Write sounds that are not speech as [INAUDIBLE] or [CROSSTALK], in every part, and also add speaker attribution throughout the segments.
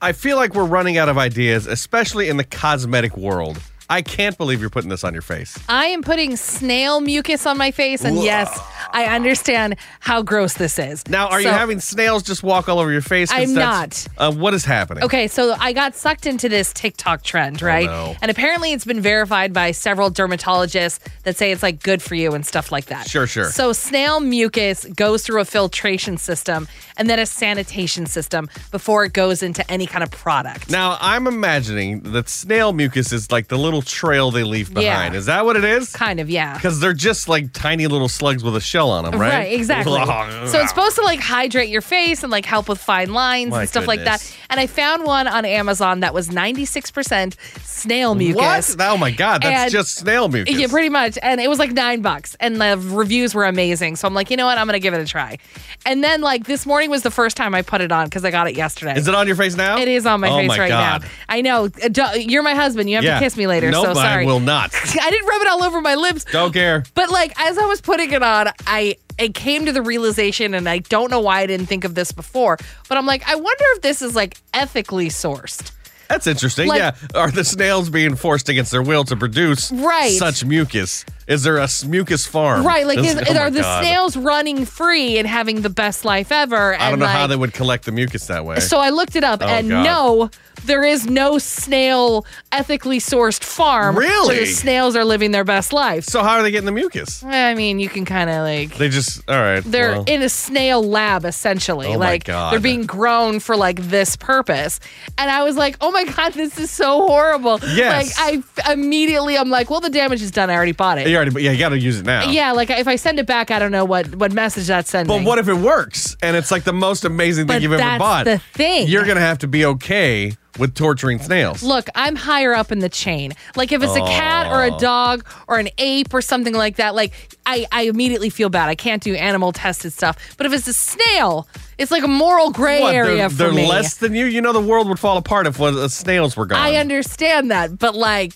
Speaker 1: I feel like we're running out of ideas, especially in the cosmetic world. I can't believe you're putting this on your face.
Speaker 2: I am putting snail mucus on my face, and yes, I understand how gross this is.
Speaker 1: Now, are you
Speaker 2: So-
Speaker 1: having snails just walk all over your face? 'Cause
Speaker 2: I'm
Speaker 1: that's- Uh, what is happening?
Speaker 2: Okay, so I got sucked into this TikTok trend, right?
Speaker 1: Oh, no.
Speaker 2: And apparently it's been verified by several dermatologists that say it's like good for you and stuff like that.
Speaker 1: Sure, sure.
Speaker 2: So snail mucus goes through a filtration system and then a sanitation system before it goes into any kind of product.
Speaker 1: Now, I'm imagining that snail mucus is like the little trail they leave
Speaker 2: Yeah.
Speaker 1: behind. Is that what it is?
Speaker 2: kind of, yeah.
Speaker 1: Because they're just like tiny little slugs with a shell on them, right? [LAUGHS]
Speaker 2: exactly.
Speaker 1: Ugh.
Speaker 2: so it's supposed to like hydrate your face and like help with fine lines
Speaker 1: My
Speaker 2: and stuff like
Speaker 1: goodness.
Speaker 2: that. And I found one on Amazon that was 96% snail mucus.
Speaker 1: What? Oh my God, that's
Speaker 2: And-
Speaker 1: just snail mucus.
Speaker 2: Yeah, pretty much. And it was like nine bucks, and the reviews were amazing. So I'm like, you know what? I'm gonna give it a try. And then like this morning was the first time I put it on because I got it yesterday.
Speaker 1: Is it on your face now?
Speaker 2: It is on my
Speaker 1: oh
Speaker 2: face
Speaker 1: my
Speaker 2: right
Speaker 1: God.
Speaker 2: now. I know. Uh, duh, You're my husband. You have
Speaker 1: Yeah.
Speaker 2: to kiss me later.
Speaker 1: Nope,
Speaker 2: so sorry.
Speaker 1: I will not.
Speaker 2: I didn't rub it all over my lips.
Speaker 1: Don't care.
Speaker 2: But like as I was putting it on, I I came to the realization, and I don't know why I didn't think of this before. But I'm like, I wonder if this is like ethically sourced.
Speaker 1: That's interesting.
Speaker 2: Like-
Speaker 1: yeah. Are the snails being forced against their will to produce
Speaker 2: Right.
Speaker 1: such mucus? Is there a s- mucus farm?
Speaker 2: Right, like
Speaker 1: This-
Speaker 2: is,
Speaker 1: oh my
Speaker 2: are the
Speaker 1: God.
Speaker 2: snails running free and having the best life ever? And
Speaker 1: I don't know
Speaker 2: like,
Speaker 1: how they would collect the mucus that way.
Speaker 2: So I looked it up, and
Speaker 1: God.
Speaker 2: no, there is no snail ethically sourced farm.
Speaker 1: Really?
Speaker 2: where the snails are living their best life.
Speaker 1: so how are they getting the mucus?
Speaker 2: I mean, you can kind of like
Speaker 1: They just all right.
Speaker 2: they're
Speaker 1: well,
Speaker 2: in a snail lab essentially.
Speaker 1: Oh my
Speaker 2: like
Speaker 1: God.
Speaker 2: they're being grown for like this purpose. And I was like, oh my god, this is so horrible.
Speaker 1: Yes.
Speaker 2: Like I immediately, I'm like, well, the damage is done. I already bought it.
Speaker 1: you already, but yeah, you got to use it now.
Speaker 2: Yeah, like if I send it back, I don't know what what message that's sending.
Speaker 1: But what if it works and it's like the most amazing thing
Speaker 2: But
Speaker 1: you've ever
Speaker 2: that's
Speaker 1: bought?
Speaker 2: the thing.
Speaker 1: You're gonna have to be okay with torturing snails.
Speaker 2: Look, I'm higher up in the chain. Like if it's a cat or a dog or an ape or something like that, like I, I immediately feel bad. I can't do animal tested stuff. But if it's a snail, it's like a moral gray
Speaker 1: What,
Speaker 2: area
Speaker 1: they're
Speaker 2: for
Speaker 1: they're
Speaker 2: me.
Speaker 1: less than you. You know the world would fall apart if one of the snails were gone.
Speaker 2: I understand that, but like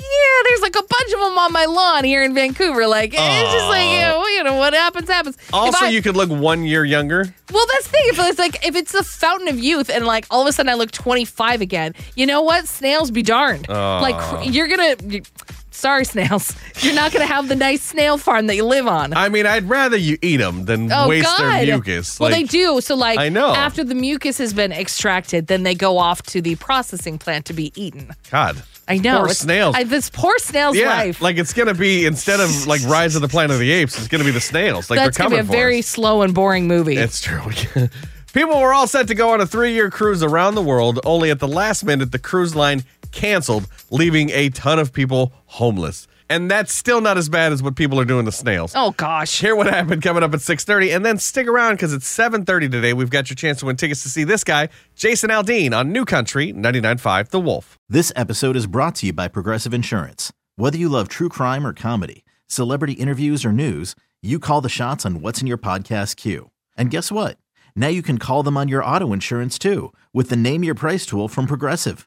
Speaker 2: yeah, there's like a bunch of them on my lawn here in Vancouver. Like it's just like you know, you know what happens happens. If
Speaker 1: also,
Speaker 2: I-
Speaker 1: you could look one year younger.
Speaker 2: Well, that's the thing. If it's like if it's the fountain of youth, and like all of a sudden I look 25 again, you know what? Snails be darned. Like cr- you're gonna. You, sorry, snails. [LAUGHS] You're not gonna have the nice snail farm that you live on.
Speaker 1: I mean, I'd rather you eat them than
Speaker 2: Oh
Speaker 1: waste
Speaker 2: God!
Speaker 1: their mucus.
Speaker 2: Well, they
Speaker 1: Like,
Speaker 2: do. So, like,
Speaker 1: I know.
Speaker 2: after the mucus has been extracted, then they go off to the processing plant to be eaten.
Speaker 1: God.
Speaker 2: I know.
Speaker 1: Poor
Speaker 2: it's-
Speaker 1: snails.
Speaker 2: I, this poor snail's
Speaker 1: yeah,
Speaker 2: life.
Speaker 1: like it's gonna be instead of like Rise of the Planet of the Apes, it's gonna be the snails. Like
Speaker 2: that's
Speaker 1: they're
Speaker 2: gonna be
Speaker 1: coming
Speaker 2: a
Speaker 1: for
Speaker 2: very
Speaker 1: us.
Speaker 2: slow and boring movie.
Speaker 1: It's true. [LAUGHS] People were all set to go on a three-year cruise around the world, only at the last minute the cruise line canceled, leaving a ton of people homeless. And that's still not as bad as what people are doing to snails.
Speaker 2: oh gosh.
Speaker 1: Hear what happened coming up at 6:30, and then stick around because it's 7:30 today. We've got your chance to win tickets to see this guy, Jason Aldean, on New Country 99.5 The Wolf.
Speaker 3: This episode is brought to you by Progressive Insurance. Whether you love true crime or comedy, celebrity interviews or news, you call the shots on what's in your podcast queue. And guess what? Now you can call them on your auto insurance too with the Name Your Price tool from Progressive.